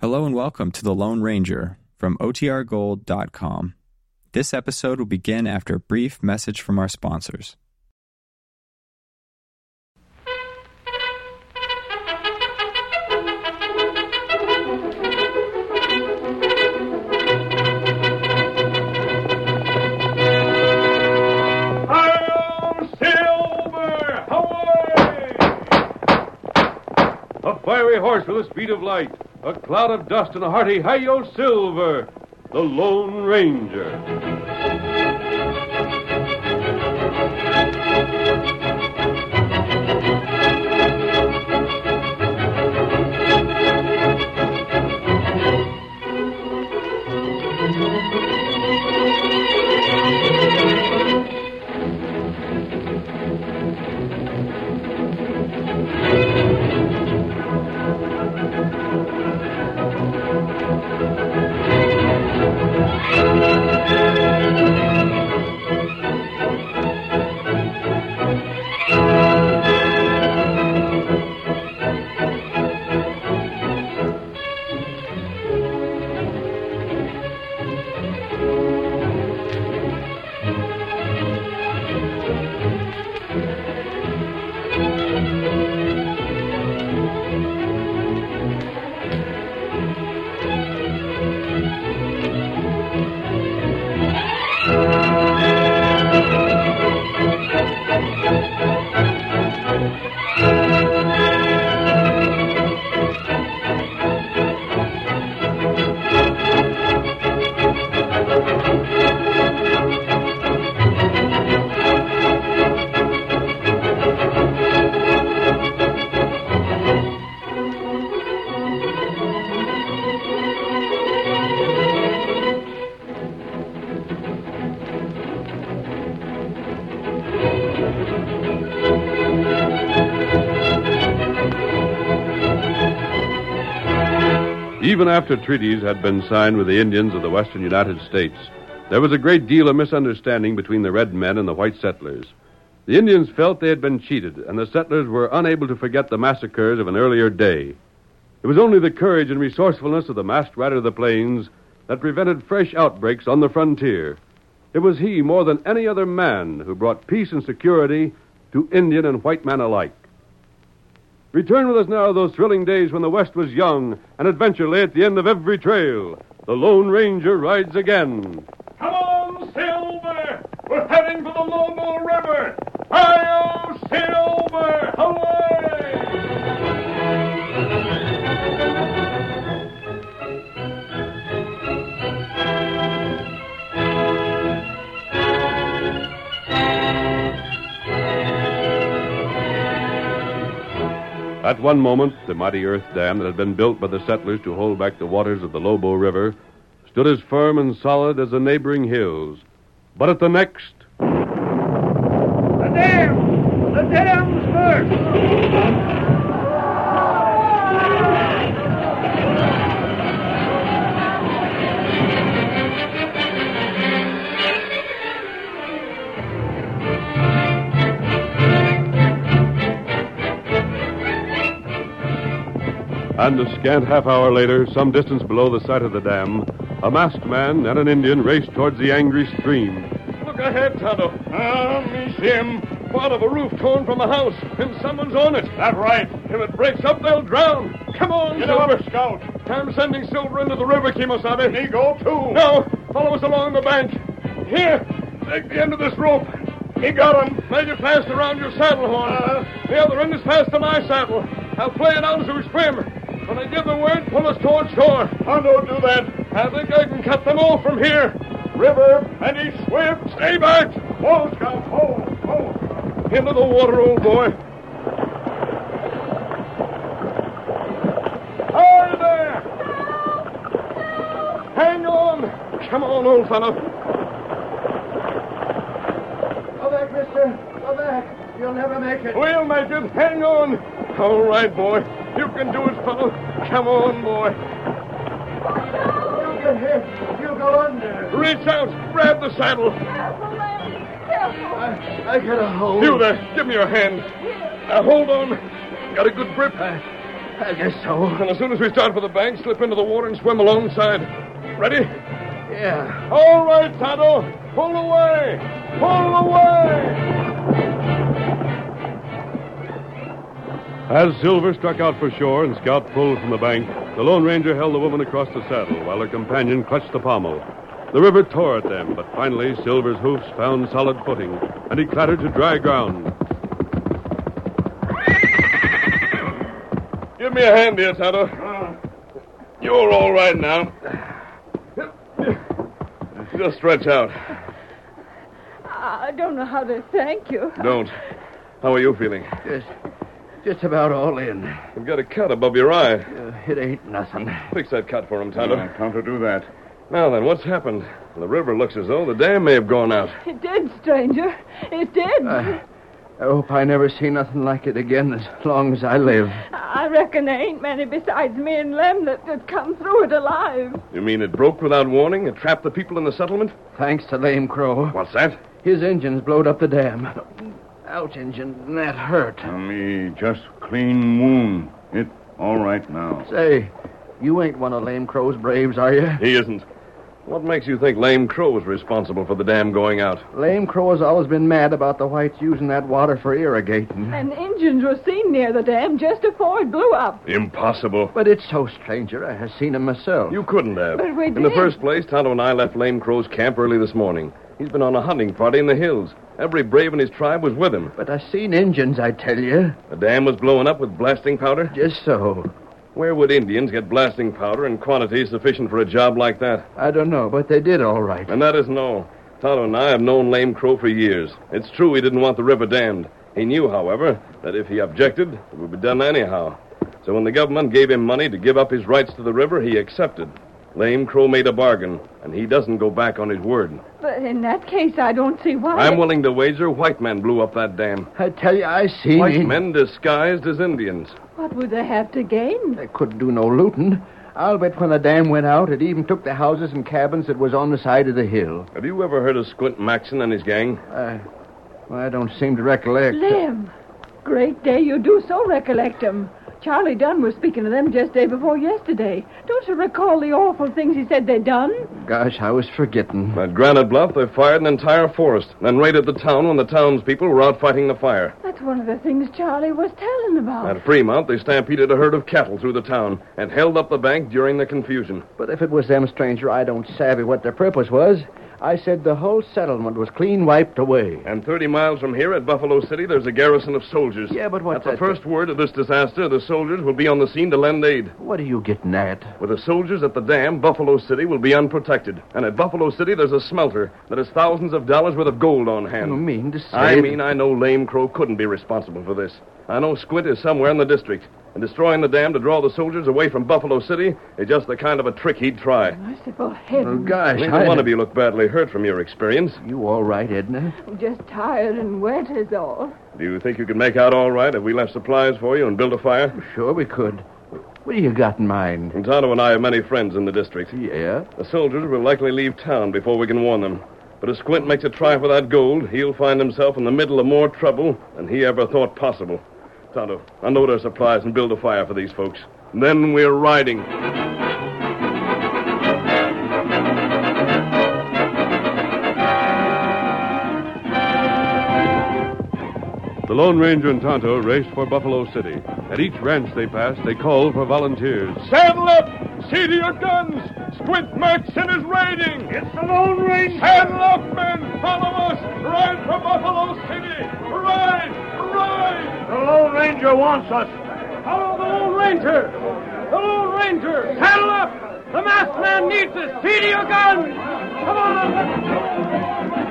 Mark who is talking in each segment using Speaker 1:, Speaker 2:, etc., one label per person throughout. Speaker 1: Hello and welcome to The Lone Ranger from OTRGold.com. This episode will begin after a brief message from our sponsors.
Speaker 2: I'm Silver! Away! A fiery horse with the speed of light, a cloud of dust, and a hearty "Hi-yo, Silver!" The Lone Ranger. Even after treaties had been signed with the Indians of the western United States, there was a great deal of misunderstanding between the red men and the white settlers. The Indians felt they had been cheated, and the settlers were unable to forget the massacres of an earlier day. It was only the courage and resourcefulness of the masked rider of the plains that prevented fresh outbreaks on the frontier. It was he, more than any other man, who brought peace and security to Indian and white man alike. Return with us now to those thrilling days when the West was young and adventure lay at the end of every trail. The Lone Ranger rides again. Come on, Silver! We're heading for the Lobo River! Hi-yo, Silver! Away! At one moment, the mighty earth dam that had been built by the settlers to hold back the waters of the Lobo River stood as firm and solid as the neighboring hills. But at the next,
Speaker 3: The dam! The dam's burst!
Speaker 2: And a scant half hour later, some distance below the site of the dam, a masked man and an Indian raced towards the angry stream. Look ahead, Tonto. Ah, me Jim. Part of a roof torn from a house, and someone's on it. That right. If it breaks up, they'll drown. Come on, Get Silver. Up, Scout. I'm sending Silver into the river, Kimosabe. Me go, too. No, follow us along the bank. Here, take the end of this rope. He got him. Uh-huh. Make it fast around your saddle horn. the other end is fast to my saddle. I'll play it out as we swim. When I give the word, pull us toward shore. I Oh, don't do that. I think I can cut them off from here. River, plenty swift. Stay back. Hold, Scout. Hold, hold. Into the water, old boy. Hi there. Hang on. Come on, old fellow.
Speaker 3: Go back, mister. Go back. You'll never make it.
Speaker 2: We'll make it. Hang on. All right, boy. You can do it, fellow. Come on, boy.
Speaker 3: You get hit. You go under.
Speaker 2: Reach out. Grab the saddle.
Speaker 4: Careful, lady. Careful.
Speaker 3: I, I get a hold.
Speaker 2: You there. Give me your hand. Now, hold on. Got a good grip.
Speaker 3: I, I guess so.
Speaker 2: And as soon as we start for the bank, slip into the water and swim alongside. Ready?
Speaker 3: Yeah.
Speaker 2: All right, Tonto. Pull away. Pull away.
Speaker 5: As Silver struck out for shore and Scout pulled from the bank, the Lone Ranger held the woman across the saddle while her companion clutched the pommel. The river tore at them, but finally Silver's hoofs found solid footing, and he clattered to dry ground.
Speaker 2: Give me a hand here, Tonto. You're all right now. Just stretch out.
Speaker 4: I don't know how to thank you.
Speaker 2: Don't. How are you feeling?
Speaker 3: Just, just about all in.
Speaker 2: You've got a cut above your eye.
Speaker 3: Uh, it ain't nothing.
Speaker 2: Fix that cut for him, Tonto.
Speaker 6: Tonto, do that.
Speaker 2: Now then, what's happened? The river looks as though the dam may have gone out.
Speaker 4: It did, stranger. It did.
Speaker 3: I, I hope I never see nothing like it again as long as I live.
Speaker 4: I reckon there ain't many besides me and Lem that could come through it alive.
Speaker 2: You mean it broke without warning and trapped the people in the settlement?
Speaker 3: Thanks to Lame Crow.
Speaker 2: What's that?
Speaker 3: His engines blowed up the dam. Ouch, engine. That hurt.
Speaker 6: Tommy, just clean wound. It all right now.
Speaker 3: Say, you ain't one of Lame Crow's braves, are you?
Speaker 2: He isn't. What makes you think Lame Crow was responsible for the dam going out?
Speaker 3: Lame Crow has always been mad about the whites using that water for irrigating.
Speaker 4: And engines were seen near the dam just afore it blew up.
Speaker 2: Impossible.
Speaker 3: But it's so, stranger. I have seen him myself.
Speaker 2: You couldn't have.
Speaker 4: But we
Speaker 2: in the
Speaker 4: did.
Speaker 2: first place, Tonto and I left Lame Crow's camp early this morning. He's been on a hunting party in the hills. Every brave in his tribe was with him.
Speaker 3: But I seen engines, I tell you.
Speaker 2: The dam was blowing up with blasting powder.
Speaker 3: Just so.
Speaker 2: Where would Indians get blasting powder in quantities sufficient for a job like that?
Speaker 3: I don't know, but they did all right.
Speaker 2: And that isn't all. Tonto and I have known Lame Crow for years. It's true he didn't want the river dammed. He knew, however, that if he objected, it would be done anyhow. So when the government gave him money to give up his rights to the river, he accepted. Lame Crow made a bargain, and he doesn't go back on his word.
Speaker 4: But in that case, I don't see why.
Speaker 2: I'm willing to wager white men blew up that dam.
Speaker 3: I tell you, I seen
Speaker 2: White
Speaker 3: en-
Speaker 2: men disguised as Indians.
Speaker 4: What would they have to gain?
Speaker 3: They couldn't do no looting. I'll bet when the dam went out, it even took the houses and cabins that was on the side of the hill.
Speaker 2: Have you ever heard of Squint Maxon and his gang?
Speaker 3: I, well, I don't seem to recollect.
Speaker 4: Lem. Great day, you do so recollect 'em. Charlie Dunn was speaking of them just day before yesterday. Don't you recall the awful things he said they done?
Speaker 3: Gosh, I was forgetting.
Speaker 2: At Granite Bluff, they fired an entire forest, then raided the town when the townspeople were out fighting the fire.
Speaker 4: That's one of the things Charlie was telling
Speaker 3: Oh.
Speaker 4: about.
Speaker 2: At Fremont, they stampeded a herd of cattle through the town and held up the bank during the confusion.
Speaker 3: But if it was them, stranger, I don't savvy what their purpose was. I said the whole settlement was clean wiped away.
Speaker 2: And 30 miles from here at Buffalo City, there's a garrison of soldiers.
Speaker 3: Yeah, but what's
Speaker 2: At the
Speaker 3: that-
Speaker 2: first word of this disaster, the soldiers will be on the scene to lend aid.
Speaker 3: What are you getting at?
Speaker 2: With the soldiers at the dam, Buffalo City will be unprotected. And at Buffalo City, there's a smelter that has thousands of dollars worth of gold on hand.
Speaker 3: You mean to say?
Speaker 2: I mean, I know Lame Crow couldn't be responsible for this. I know Squint is somewhere in the district. And destroying the dam to draw the soldiers away from Buffalo City is just the kind of a trick he'd try.
Speaker 4: Merciful
Speaker 3: Oh,
Speaker 4: heaven.
Speaker 3: gosh,
Speaker 2: Neither
Speaker 3: I
Speaker 2: one of you look badly hurt from your experience.
Speaker 3: You all right, Edna?
Speaker 4: I'm just tired and wet is all.
Speaker 2: Do you think you could make out all right if we left supplies for you and built a fire?
Speaker 3: Sure, we could. What do you got in mind?
Speaker 2: Tonto and I have many friends in the district.
Speaker 3: Yeah.
Speaker 2: The soldiers will likely leave town before we can warn them. But if Squint makes a try for that gold, he'll find himself in the middle of more trouble than he ever thought possible. Tonto, unload our supplies and build a fire for these folks. Then we're riding.
Speaker 5: The Lone Ranger and Tonto raced for Buffalo City. At each ranch they passed, they called for volunteers.
Speaker 2: Saddle up! See to your guns! Squint Maxon is raiding! It's the Lone Ranger! Saddle up, men! Follow us! Ride for Buffalo City! Ride! Ride! The Lone Ranger wants us! Follow the Lone Ranger! The Lone Ranger! Saddle up! The masked man needs us! See to your guns! Come on!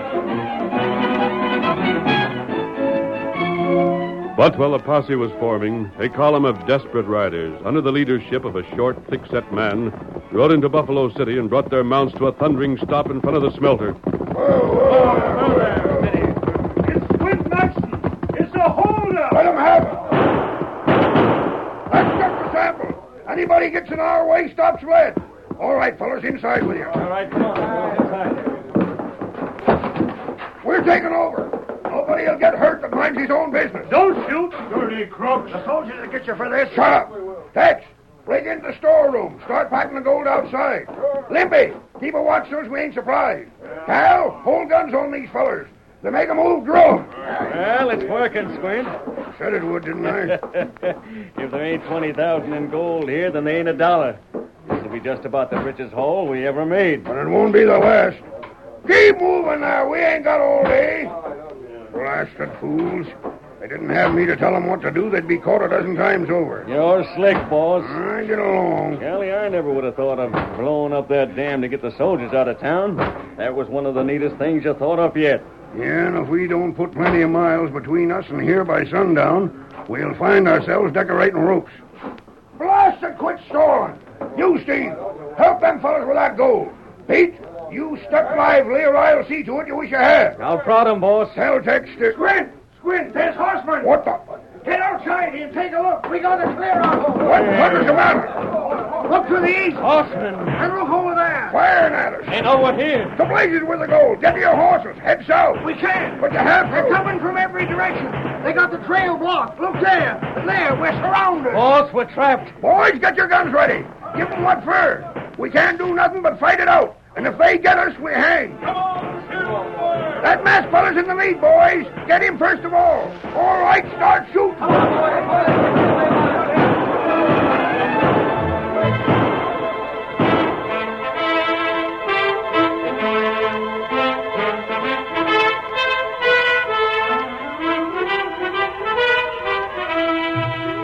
Speaker 5: But while a posse was forming, a column of desperate riders, under the leadership of a short, thick set man, rode into Buffalo City and brought their mounts to a thundering stop in front of the smelter.
Speaker 7: Let him have it. That's just a sample. Anybody gets in our way stops lead. All right, fellas, inside with you. All right, come on. We're taking over. Nobody will get hurt that minds his own business. Don't shoot. Dirty crooks. The soldiers will get you for this. Shut up. Tex, break into the storeroom. Start packing the gold outside. Limpy, keep a watch so as we ain't surprised. Cal, hold guns on these fellers. They make a move, draw 'em.
Speaker 8: Well, it's working, Squint.
Speaker 7: Said it would, didn't I?
Speaker 8: if there ain't 20000 in gold here, then there ain't a dollar. This'll be just about the richest haul we ever made.
Speaker 7: But it won't be the last. Keep moving now. We ain't got all day. Blasted fools. If They didn't have me to tell 'em what to do. They'd be caught a dozen times over.
Speaker 8: You're slick, boss.
Speaker 7: I get along.
Speaker 8: Golly, I never would have thought of blowing up that dam to get the soldiers out of town. That was one of the neatest things you thought of yet.
Speaker 7: Yeah, and if we don't put plenty of miles between us and here by sundown, we'll find ourselves decorating ropes. Blasted, quit stalling. You, Steve, help them fellas with that gold. Pete, you stuck lively or I'll see to it you wish you had.
Speaker 8: I'll prod 'em, boss.
Speaker 7: Tell Tex to... Squint! Squint, there's horsemen! What the... Get outside and take a look. We got to clear out. What the fuck is the matter? Look to the east.
Speaker 8: Horsemen.
Speaker 7: And look over there. Firing at us.
Speaker 8: And over here.
Speaker 7: The blazes with the gold. Get to your horses. Head south. We can't. But you have to. They're coming from every direction. They got the trail blocked. Look there. There. We're surrounded.
Speaker 8: Boss, we're trapped.
Speaker 7: Boys, get your guns ready. Give them what for. We can't do nothing but fight it out. And if they get us, we hang.
Speaker 2: Come on, Silver!
Speaker 7: That masked fella's in the lead, boys. Get him first of all. All right, start shooting.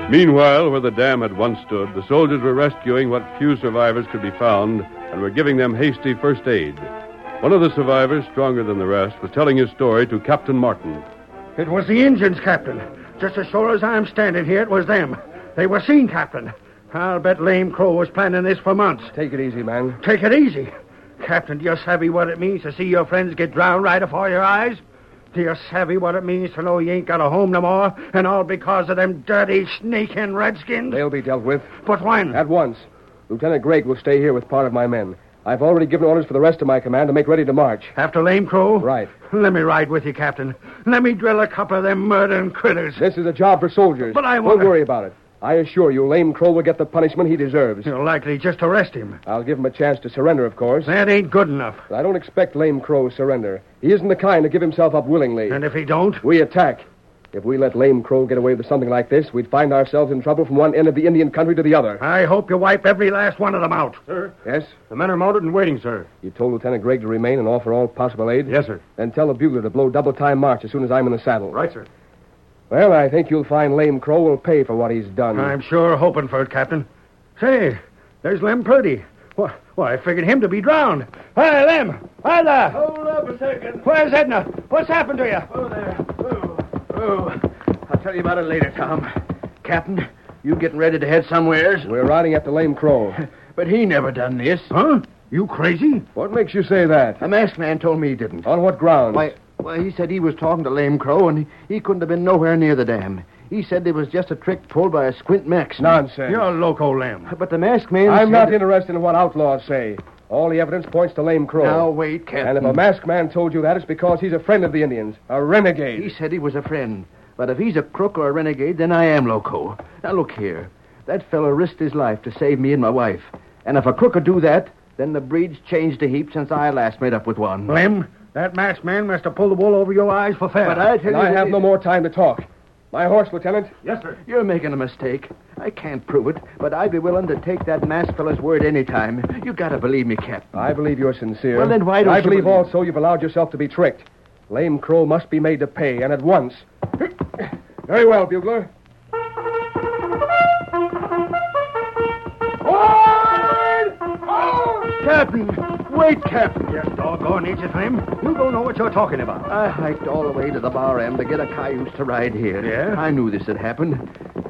Speaker 9: Meanwhile, where the dam had once stood, the soldiers were rescuing what few survivors could be found and were giving them hasty first aid. One of the survivors, stronger than the rest, was telling his story to Captain Martin.
Speaker 10: It was the engines, Captain. Just as sure as I'm standing here, it was them. They were seen, Captain. I'll bet Lame Crow was planning this for months.
Speaker 11: Take it easy, man.
Speaker 10: Take it easy. Captain, do you savvy what it means to see your friends get drowned right afore your eyes? Do you savvy what it means to know you ain't got a home no more, and all because of them dirty, sneaking redskins?
Speaker 11: They'll be dealt with
Speaker 10: But when?
Speaker 11: at once. Lieutenant Gregg will stay here with part of my men. I've already given orders for the rest of my command to make ready to march.
Speaker 10: After Lame Crow?
Speaker 11: Right.
Speaker 10: Let me ride with you, Captain. Let me drill a couple of them murdering critters.
Speaker 11: This is a job for soldiers.
Speaker 10: But I
Speaker 11: Don't
Speaker 10: want-
Speaker 11: worry about it. I assure you, Lame Crow will get the punishment he deserves.
Speaker 10: You're likely just arrest him.
Speaker 11: I'll give him a chance to surrender, of course.
Speaker 10: That ain't good enough.
Speaker 11: But I don't expect Lame Crow to surrender. He isn't the kind to give himself up willingly.
Speaker 10: And if he don't,
Speaker 11: We attack. If we let Lame Crow get away with something like this, we'd find ourselves in trouble from one end of the Indian country to the other.
Speaker 10: I hope you wipe every last one of them out.
Speaker 11: Yes?
Speaker 3: The men are mounted and waiting, sir.
Speaker 11: You told Lieutenant Gregg to remain and offer all possible aid?
Speaker 3: Yes, sir.
Speaker 11: Then tell the bugler to blow double time march as soon as I'm in the saddle.
Speaker 3: Right, sir.
Speaker 11: Well, I think you'll find Lame Crow will pay for what he's done.
Speaker 10: I'm sure hoping for it, Captain. Say, there's Lem Purdy. Why, why, I figured him to be drowned. Hi, Lem. Hi there. Hold up a second. Where's Edna? What's happened to you?
Speaker 3: Oh, there. Oh, oh. I'll tell you about it later, Tom. Captain, you getting ready to head somewheres?
Speaker 11: We're riding after Lame Crow.
Speaker 3: But he never done this.
Speaker 10: Huh? You crazy?
Speaker 11: what makes you say that?
Speaker 3: The masked man told me he didn't.
Speaker 11: On what grounds?
Speaker 3: Why, why, he said he was talking to Lame Crow, and he, he couldn't have been nowhere near the dam. He said it was just a trick pulled by a squint max.
Speaker 11: Nonsense.
Speaker 10: You're loco, Lem.
Speaker 3: But the masked man.
Speaker 11: I'm
Speaker 3: said
Speaker 11: not
Speaker 3: that-
Speaker 11: interested in what outlaws say. All the evidence points to Lame Crow.
Speaker 3: Now, wait, Captain.
Speaker 11: and if a masked man told you that, it's because he's a friend of the Indians, a renegade.
Speaker 3: He said he was a friend. But if he's a crook or a renegade, then I am loco. Now, look here. That fellow risked his life to save me and my wife. And if a crook could do that, then the breed's changed a heap since I last made up with one.
Speaker 10: Lem, that masked man must have pulled the wool over your eyes for fair.
Speaker 3: But I tell
Speaker 11: And
Speaker 3: you,
Speaker 11: I
Speaker 3: that
Speaker 11: have
Speaker 3: it-
Speaker 11: no more time to talk. My horse, Lieutenant.
Speaker 3: you're making a mistake. I can't prove it, but I'd be willing to take that masked fellow's word any time. You gotta believe me, Captain.
Speaker 11: I believe you're sincere.
Speaker 3: Well, then why
Speaker 11: And
Speaker 3: don't
Speaker 11: I
Speaker 3: you
Speaker 11: believe
Speaker 3: believe-
Speaker 11: also you've allowed yourself to be tricked. Lame Crow must be made to pay, and at once. Very well, Bugler.
Speaker 10: Captain, wait, Captain. Yes, doggone it, Lem. You don't know what you're talking about.
Speaker 3: I hiked all the way to the bar end to get a cayuse to ride here.
Speaker 10: Yeah?
Speaker 3: I knew this had happened.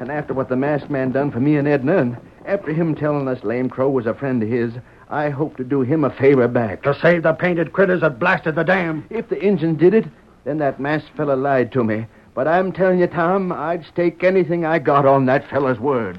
Speaker 3: And after what the masked man done for me and Edna, and after him telling us Lame Crow was a friend of his, I hope to do him a favor back.
Speaker 10: To save the painted critters that blasted the dam.
Speaker 3: If the engine did it, then that masked fella lied to me. But I'm telling you, Tom, I'd stake anything I got on that fella's word.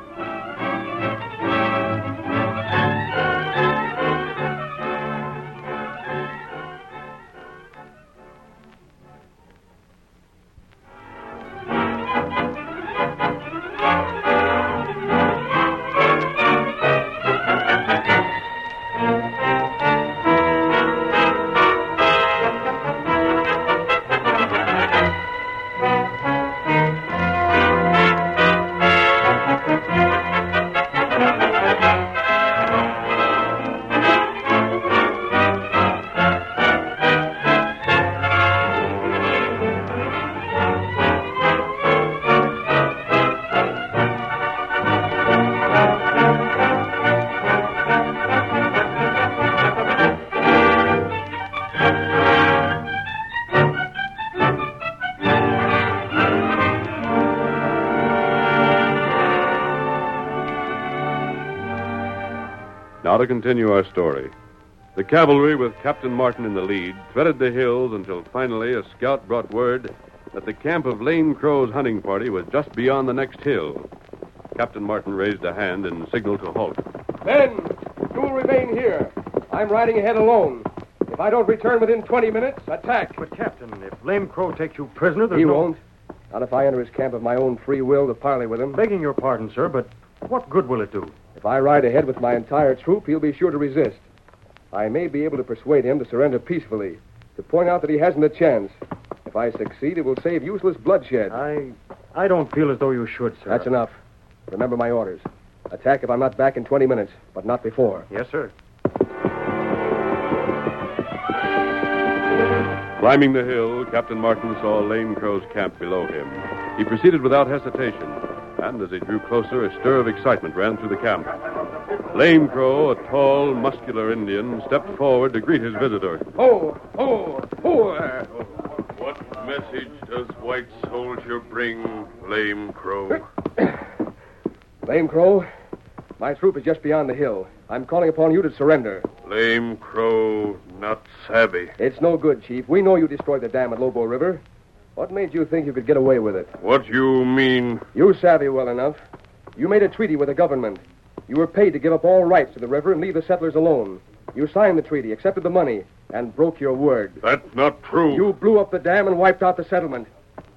Speaker 12: Now to continue our story. The cavalry, with Captain Martin in the lead, threaded the hills until finally a scout brought word that the camp of Lame Crow's hunting party was just beyond the next hill. Captain Martin raised a hand and signaled to halt.
Speaker 11: Men, you will remain here. I'm riding ahead alone. If I don't return within 20 minutes, attack. But, Captain, if Lame Crow takes you prisoner,
Speaker 7: there's
Speaker 11: He
Speaker 7: no-
Speaker 11: won't. Not if I enter his camp of my own free will to parley with him. Begging your pardon, sir, but what good will it do? If I ride ahead with my entire troop, he'll be sure to resist. I may be able to persuade him to surrender peacefully, to point out that he hasn't a chance. If I succeed, it will save useless bloodshed.
Speaker 7: Ah,
Speaker 11: I, I don't feel as though you should, sir. That's enough. Remember my orders. Attack if I'm not back in 20 minutes, but not before. Yes, sir.
Speaker 12: Climbing the hill, Captain Martin saw Lame Crow's camp below him. He proceeded without hesitation, and as he drew closer, a stir of excitement ran through the camp. Lame Crow, a tall, muscular Indian, stepped forward to greet his visitor.
Speaker 2: Oh, oh, oh. What message does White Soldier bring, Lame Crow?
Speaker 11: Lame Crow, my troop is just beyond the hill. I'm calling upon you to surrender.
Speaker 2: Lame Crow, not savvy.
Speaker 11: It's no good, Chief. We know you destroyed the dam at Lobo River. What made you think you could get away with it?
Speaker 2: What you mean?
Speaker 11: You savvy well enough. You made a treaty with the government. You were paid to give up all rights to the river and leave the settlers alone. You signed the treaty, accepted the money, and broke your word.
Speaker 2: That's not true.
Speaker 11: You blew up the dam and wiped out the settlement.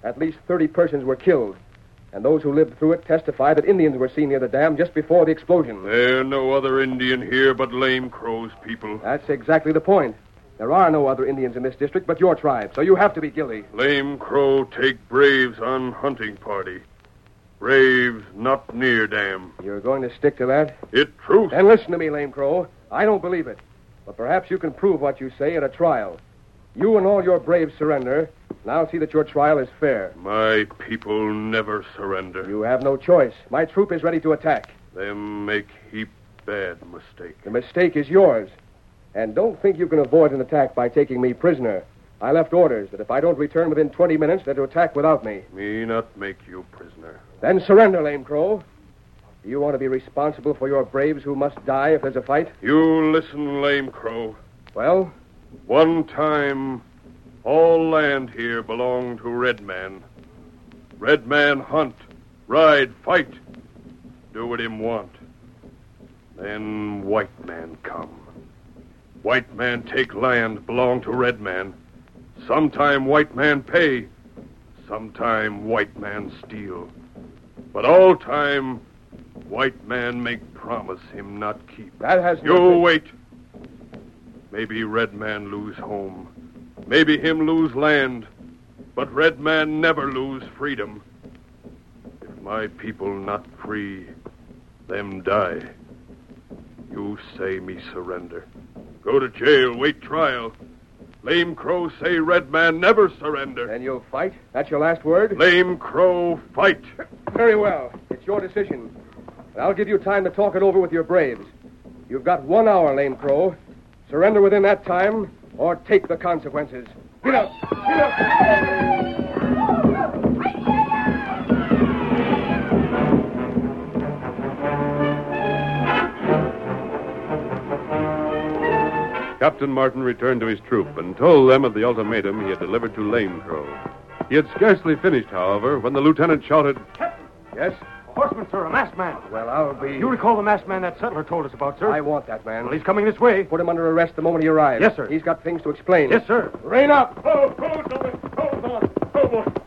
Speaker 11: At least 30 persons were killed. And those who lived through it testify that Indians were seen near the dam just before the explosion.
Speaker 2: There are no other Indian here but Lame Crow's people.
Speaker 11: That's exactly the point. There are no other Indians in this district but your tribe, so you have to be guilty.
Speaker 2: Lame Crow take braves on hunting party. Braves not near dam.
Speaker 11: You're going to stick to that?
Speaker 2: It truth.
Speaker 11: Then listen to me, Lame Crow. I don't believe it. But perhaps you can prove what you say at a trial. You and all your braves surrender, and I'll see that your trial is fair.
Speaker 2: My people never surrender.
Speaker 11: You have no choice. My troop is ready to attack.
Speaker 2: Them make heap bad mistake.
Speaker 11: The mistake is yours. And don't think you can avoid an attack by taking me prisoner. I left orders that if I don't return within 20 minutes, they're to attack without me.
Speaker 2: Me not make you prisoner.
Speaker 11: Then surrender, Lame Crow. Do you want to be responsible for your braves who must die if there's a fight?
Speaker 2: You listen, Lame Crow.
Speaker 11: Well?
Speaker 2: One time, all land here belonged to Red Man. Red Man hunt, ride, fight. Do what him want. Then white man come. White man take land belong to red man. Sometime white man pay. Sometime white man steal. But all time, white man make promise him not keep.
Speaker 11: That has
Speaker 2: You
Speaker 11: nothing-
Speaker 2: wait. Maybe red man lose home. Maybe him lose land. But red man never lose freedom. If my people not free, them die. You say me surrender. Go to jail, wait trial. Lame Crow say red man never surrender.
Speaker 11: Then you'll fight? That's your last word?
Speaker 2: Lame Crow fight.
Speaker 11: Very well. It's your decision. And I'll give you time to talk it over with your braves. You've got one hour, Lame Crow. Surrender within that time, or take the consequences. Get up! Get up!
Speaker 12: Captain Martin returned to his troop and told them of the ultimatum he had delivered to Lame Crow.
Speaker 9: He had scarcely finished, however, when the lieutenant shouted,
Speaker 13: Yes? Horseman, sir, a masked man.
Speaker 11: Well, I'll be.
Speaker 13: You recall the masked man that settler told us about, sir?
Speaker 11: I want that man.
Speaker 13: Well, he's coming this way.
Speaker 11: Put him under arrest the moment he arrives.
Speaker 13: Yes, sir.
Speaker 11: He's got things to explain.
Speaker 13: Yes, sir.
Speaker 11: Rein up.
Speaker 2: Oh, hold on, hold on, hold on.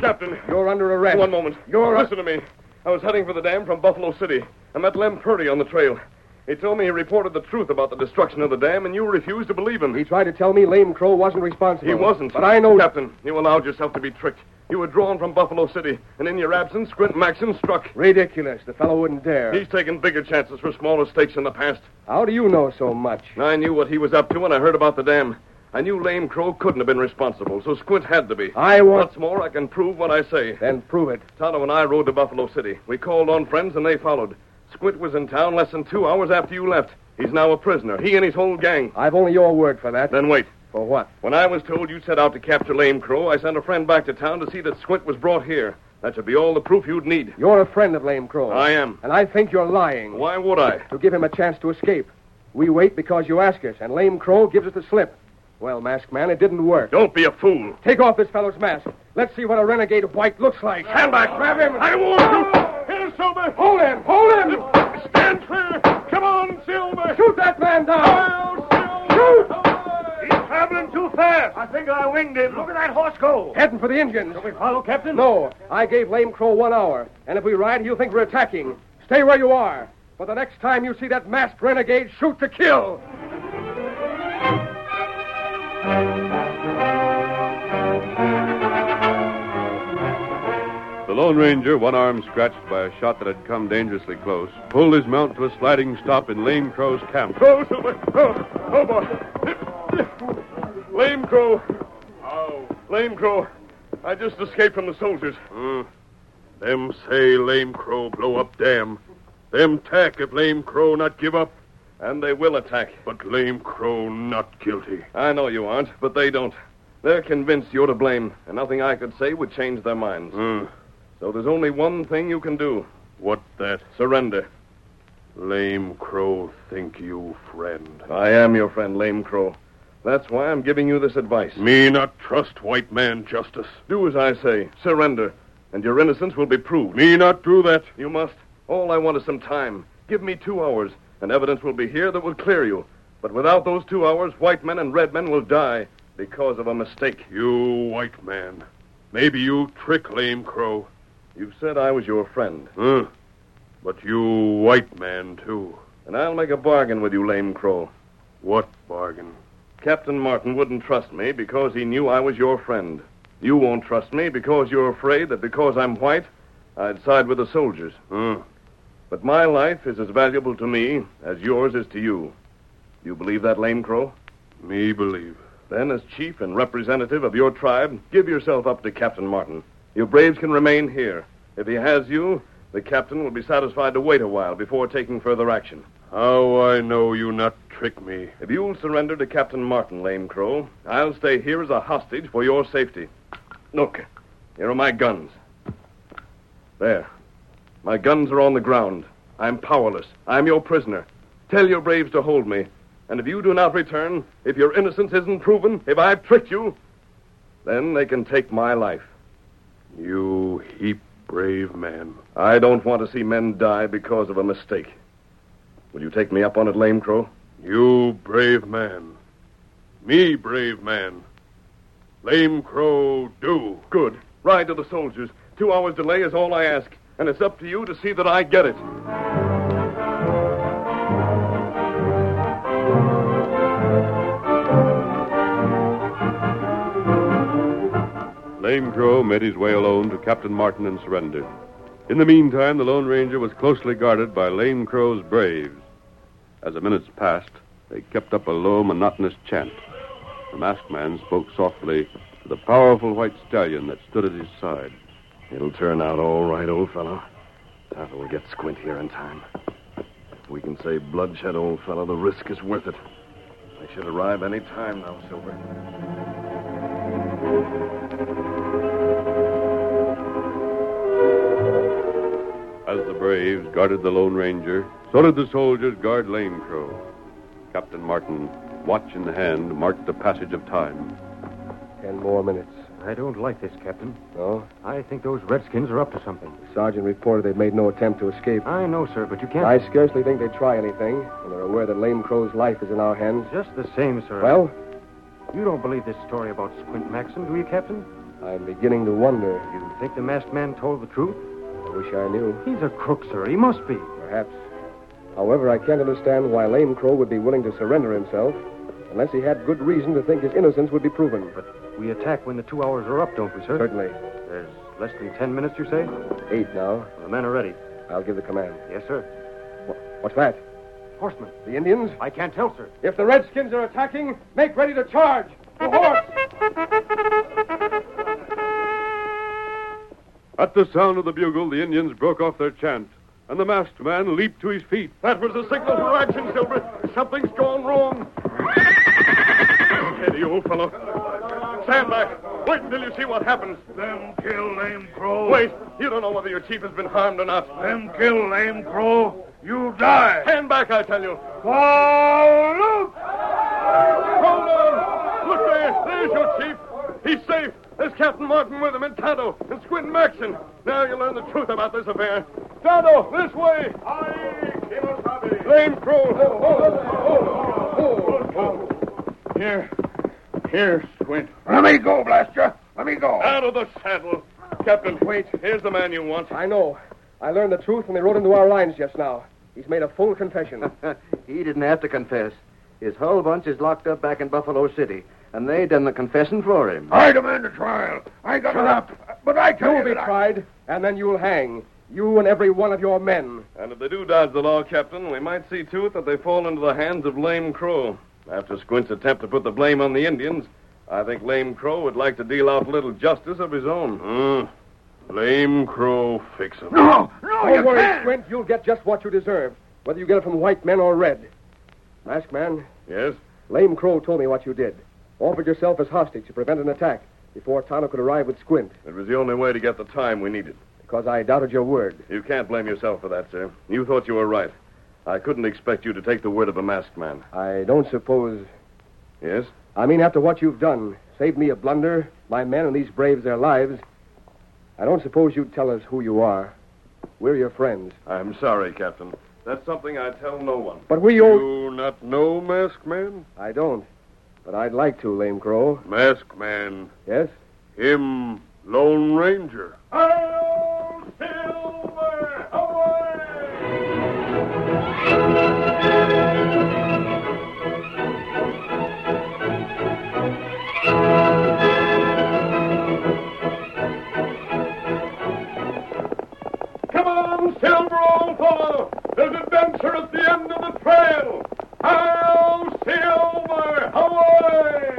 Speaker 2: Captain.
Speaker 11: You're under arrest.
Speaker 2: One moment.
Speaker 11: You're
Speaker 2: Listen to me. I was heading for the dam from Buffalo City. I met Lem Purdy on the trail. He told me he reported the truth about the destruction of the dam, and you refused to believe him.
Speaker 11: He tried to tell me Lame Crow wasn't responsible.
Speaker 2: He wasn't.
Speaker 11: But I know.
Speaker 2: Captain, you allowed yourself to be tricked. You were drawn from Buffalo City, and in your absence, Squint Maxon struck.
Speaker 11: Ridiculous. The fellow wouldn't dare.
Speaker 2: He's taken bigger chances for smaller stakes in the past.
Speaker 11: How do you know so much?
Speaker 2: I knew what he was up to, and I heard about the dam. I knew Lame Crow couldn't have been responsible, so Squint had to be.
Speaker 11: I want-
Speaker 2: What's more, I can prove what I say.
Speaker 11: Then prove it.
Speaker 2: Tonto and I rode to Buffalo City. We called on friends, and they followed. Squint was in town less than two hours after you left. He's now a prisoner, he and his whole gang.
Speaker 11: I've only your word for that.
Speaker 2: Then wait.
Speaker 11: For what?
Speaker 2: When I was told you set out to capture Lame Crow, I sent a friend back to town to see that Squint was brought here. That should be all the proof you'd need.
Speaker 11: You're a friend of Lame Crow.
Speaker 2: I am.
Speaker 11: And I think you're lying.
Speaker 2: Why would I?
Speaker 11: To give him a chance to escape. We wait because you ask us, and Lame Crow gives us the slip. Well, Masked Man, it didn't work.
Speaker 2: Don't be a fool.
Speaker 11: Take off this fellow's mask. Let's see what a renegade white looks like.
Speaker 2: Stand back.
Speaker 11: Grab him.
Speaker 2: I
Speaker 11: won't.
Speaker 2: Here, Silver.
Speaker 11: Hold him. Hold him.
Speaker 2: Stand clear. Come on, Silver.
Speaker 11: Shoot that man down.
Speaker 13: He's traveling too fast. I think I winged him. Look at that horse go.
Speaker 11: Heading for the Indians.
Speaker 13: We follow, Captain?
Speaker 11: No, I gave Lame Crow one hour, and if we ride, he'll think we're attacking. Stay where you are. For the next time you see that masked renegade, shoot to kill.
Speaker 9: The Lone Ranger, one arm scratched by a shot that had come dangerously close, pulled his mount to a sliding stop in Lame Crow's camp.
Speaker 2: Crow, Silver. Oh, oh boy. Lame Crow. Oh. Lame Crow. I just escaped from the soldiers.
Speaker 9: Hmm.
Speaker 14: Them say Lame Crow blow up dam. Them tack if Lame Crow not give up.
Speaker 2: And they will attack.
Speaker 14: But Lame Crow not guilty.
Speaker 2: I know you aren't, but they don't. They're convinced you're to blame, and nothing I could say would change their minds.
Speaker 14: Hmm.
Speaker 2: So there's only one thing you can do
Speaker 14: What that?
Speaker 2: surrender.
Speaker 14: Lame Crow think you friend.
Speaker 2: I am your friend, Lame Crow. That's why I'm giving you this advice.
Speaker 14: Me not trust white man justice.
Speaker 2: Do as I say. Surrender, and your innocence will be proved.
Speaker 14: Me not do that.
Speaker 2: You must. All I want is some time. Give me two hours, and evidence will be here that will clear you. But without those two hours, white men and red men will die because of a mistake.
Speaker 14: You white man. Maybe you trick Lame Crow.
Speaker 2: You've said I was your friend,
Speaker 14: Huh? Hmm. But you white man too.
Speaker 2: and I'll make a bargain with you, Lame Crow.
Speaker 14: What bargain?
Speaker 2: Captain Martin wouldn't trust me because he knew I was your friend. You won't trust me because you're afraid that because I'm white, I'd side with the soldiers.
Speaker 14: Huh?
Speaker 2: But my life is as valuable to me as yours is to you. Do you believe that, Lame Crow?
Speaker 14: Me believe.
Speaker 2: Then, as chief and representative of your tribe, give yourself up to Captain Martin. Your braves can remain here. If he has you, the captain will be satisfied to wait a while before taking further action.
Speaker 14: How I know you not trick me.
Speaker 2: If you'll surrender to Captain Martin, Lame Crow, I'll stay here as a hostage for your safety. Look, here are my guns. There. My guns are on the ground. I'm powerless. I'm your prisoner. Tell your braves to hold me. And if you do not return, if your innocence isn't proven, if I've tricked you, then they can take my life.
Speaker 14: You heap brave man.
Speaker 2: I don't want to see men die because of a mistake. Will you take me up on it, Lame Crow?
Speaker 14: You brave man. Me brave man. Lame Crow do.
Speaker 2: Good. Ride to the soldiers. Two hours' delay is all I ask, and it's up to you to see that I get it.
Speaker 9: Lame Crow made his way alone to Captain Martin and surrendered. In the meantime, the Lone Ranger was closely guarded by Lame Crow's braves. As the minutes passed, they kept up a low, monotonous chant. The masked man spoke softly to the powerful white stallion that stood at his side.
Speaker 2: It'll turn out all right, old fellow. Tonto will get Squint here in time. If we can save bloodshed, old fellow, the risk is worth it. They should arrive any time now, Silver.
Speaker 9: As the braves guarded the Lone Ranger, so did the soldiers guard Lame Crow. Captain Martin, watch in hand, marked the passage of time.
Speaker 11: Ten more minutes.
Speaker 7: I don't like this, Captain.
Speaker 11: No?
Speaker 7: I think those Redskins are up to something.
Speaker 11: Sergeant reported they've made no attempt to escape.
Speaker 7: I know, sir, but you can't.
Speaker 11: I scarcely think they try anything, and they're aware that Lame Crow's life is in our hands.
Speaker 7: Just the same, sir.
Speaker 11: Well,
Speaker 7: You don't believe this story about Squint Maxim, do you, Captain?
Speaker 11: I'm beginning to wonder.
Speaker 7: You think the masked man told the truth?
Speaker 11: I wish I knew.
Speaker 7: He's a crook, sir. He must be.
Speaker 11: Perhaps. However, I can't understand why Lame Crow would be willing to surrender himself unless he had good reason to think his innocence would be proven. But
Speaker 7: We attack when the two hours are up, don't we, sir?
Speaker 11: certainly,
Speaker 7: There's less than ten minutes, you say?
Speaker 11: eight now.
Speaker 7: The men are ready.
Speaker 11: I'll give the command.
Speaker 7: Yes, sir.
Speaker 11: What's that?
Speaker 7: Horsemen.
Speaker 11: The Indians?
Speaker 7: I can't tell, sir.
Speaker 11: If the Redskins are attacking, make ready to charge! The horse!
Speaker 15: At the sound of the bugle, the Indians broke off their chant, and the masked man leaped to his feet. That was the signal for action, Silver. Something's gone wrong. Steady, old fellow. Stand back. Wait until you see what happens. Them kill Lame Crow. Wait. You don't know whether your chief has been harmed or not. Them kill Lame Crow. You die. Stand back, I tell you.
Speaker 16: Oh, look!
Speaker 15: Hold on. Look there. There's your chief. He's safe. There's Captain Martin with him and Tonto and Squint Maxon. Now you learn the truth about this affair. Tonto, this way. Lame Crow.
Speaker 17: Here. Here, Squint.
Speaker 18: Let me go, Blaster. Let me go.
Speaker 2: Out of the saddle. Captain, wait. Here's the man you want.
Speaker 11: I know. I learned the truth when they rode into our lines just now. He's made a full confession.
Speaker 3: he didn't have to confess. His whole bunch is locked up back in Buffalo City, and they done the confessing for him.
Speaker 18: I demand a trial. I got
Speaker 3: Shut
Speaker 18: up. But I tell
Speaker 11: You'll
Speaker 18: you
Speaker 11: be
Speaker 18: that I-
Speaker 11: tried, and then you'll hang. You and every one of your men.
Speaker 2: And if they do dodge the law, Captain, we might see to it that they fall into the hands of Lame Crow. After Squint's attempt to put the blame on the Indians, I think Lame Crow would like to deal out a little justice of his own. Hmm. Lame Crow fix him.
Speaker 11: No, Don't
Speaker 2: you
Speaker 11: worry,
Speaker 2: can't.
Speaker 11: Squint. You'll get just what you deserve, whether you get it from white men or red. Masked man,
Speaker 2: Yes?
Speaker 11: Lame Crow told me what you did. Offered yourself as hostage to prevent an attack before Tonto could arrive with Squint,
Speaker 2: It was the only way to get the time we needed.
Speaker 11: because I doubted your word.
Speaker 2: You can't blame yourself for that, sir. You thought you were right. I couldn't expect you to take the word of a masked man.
Speaker 11: I don't suppose.
Speaker 2: Yes?
Speaker 11: I mean, after what you've done, saved me a blunder, my men and these braves their lives. I don't suppose you'd tell us who you are. We're your friends.
Speaker 2: I'm sorry, Captain. That's something I tell no one.
Speaker 11: But we owe.
Speaker 2: You not know Masked Man?
Speaker 11: I don't. But I'd like to, Lame Crow.
Speaker 2: Masked Man.
Speaker 11: Yes?
Speaker 2: Him, Lone Ranger.
Speaker 16: Come on, Silver, old fellow. There's adventure at the end of the trail. Hail, Silver, away!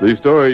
Speaker 16: The story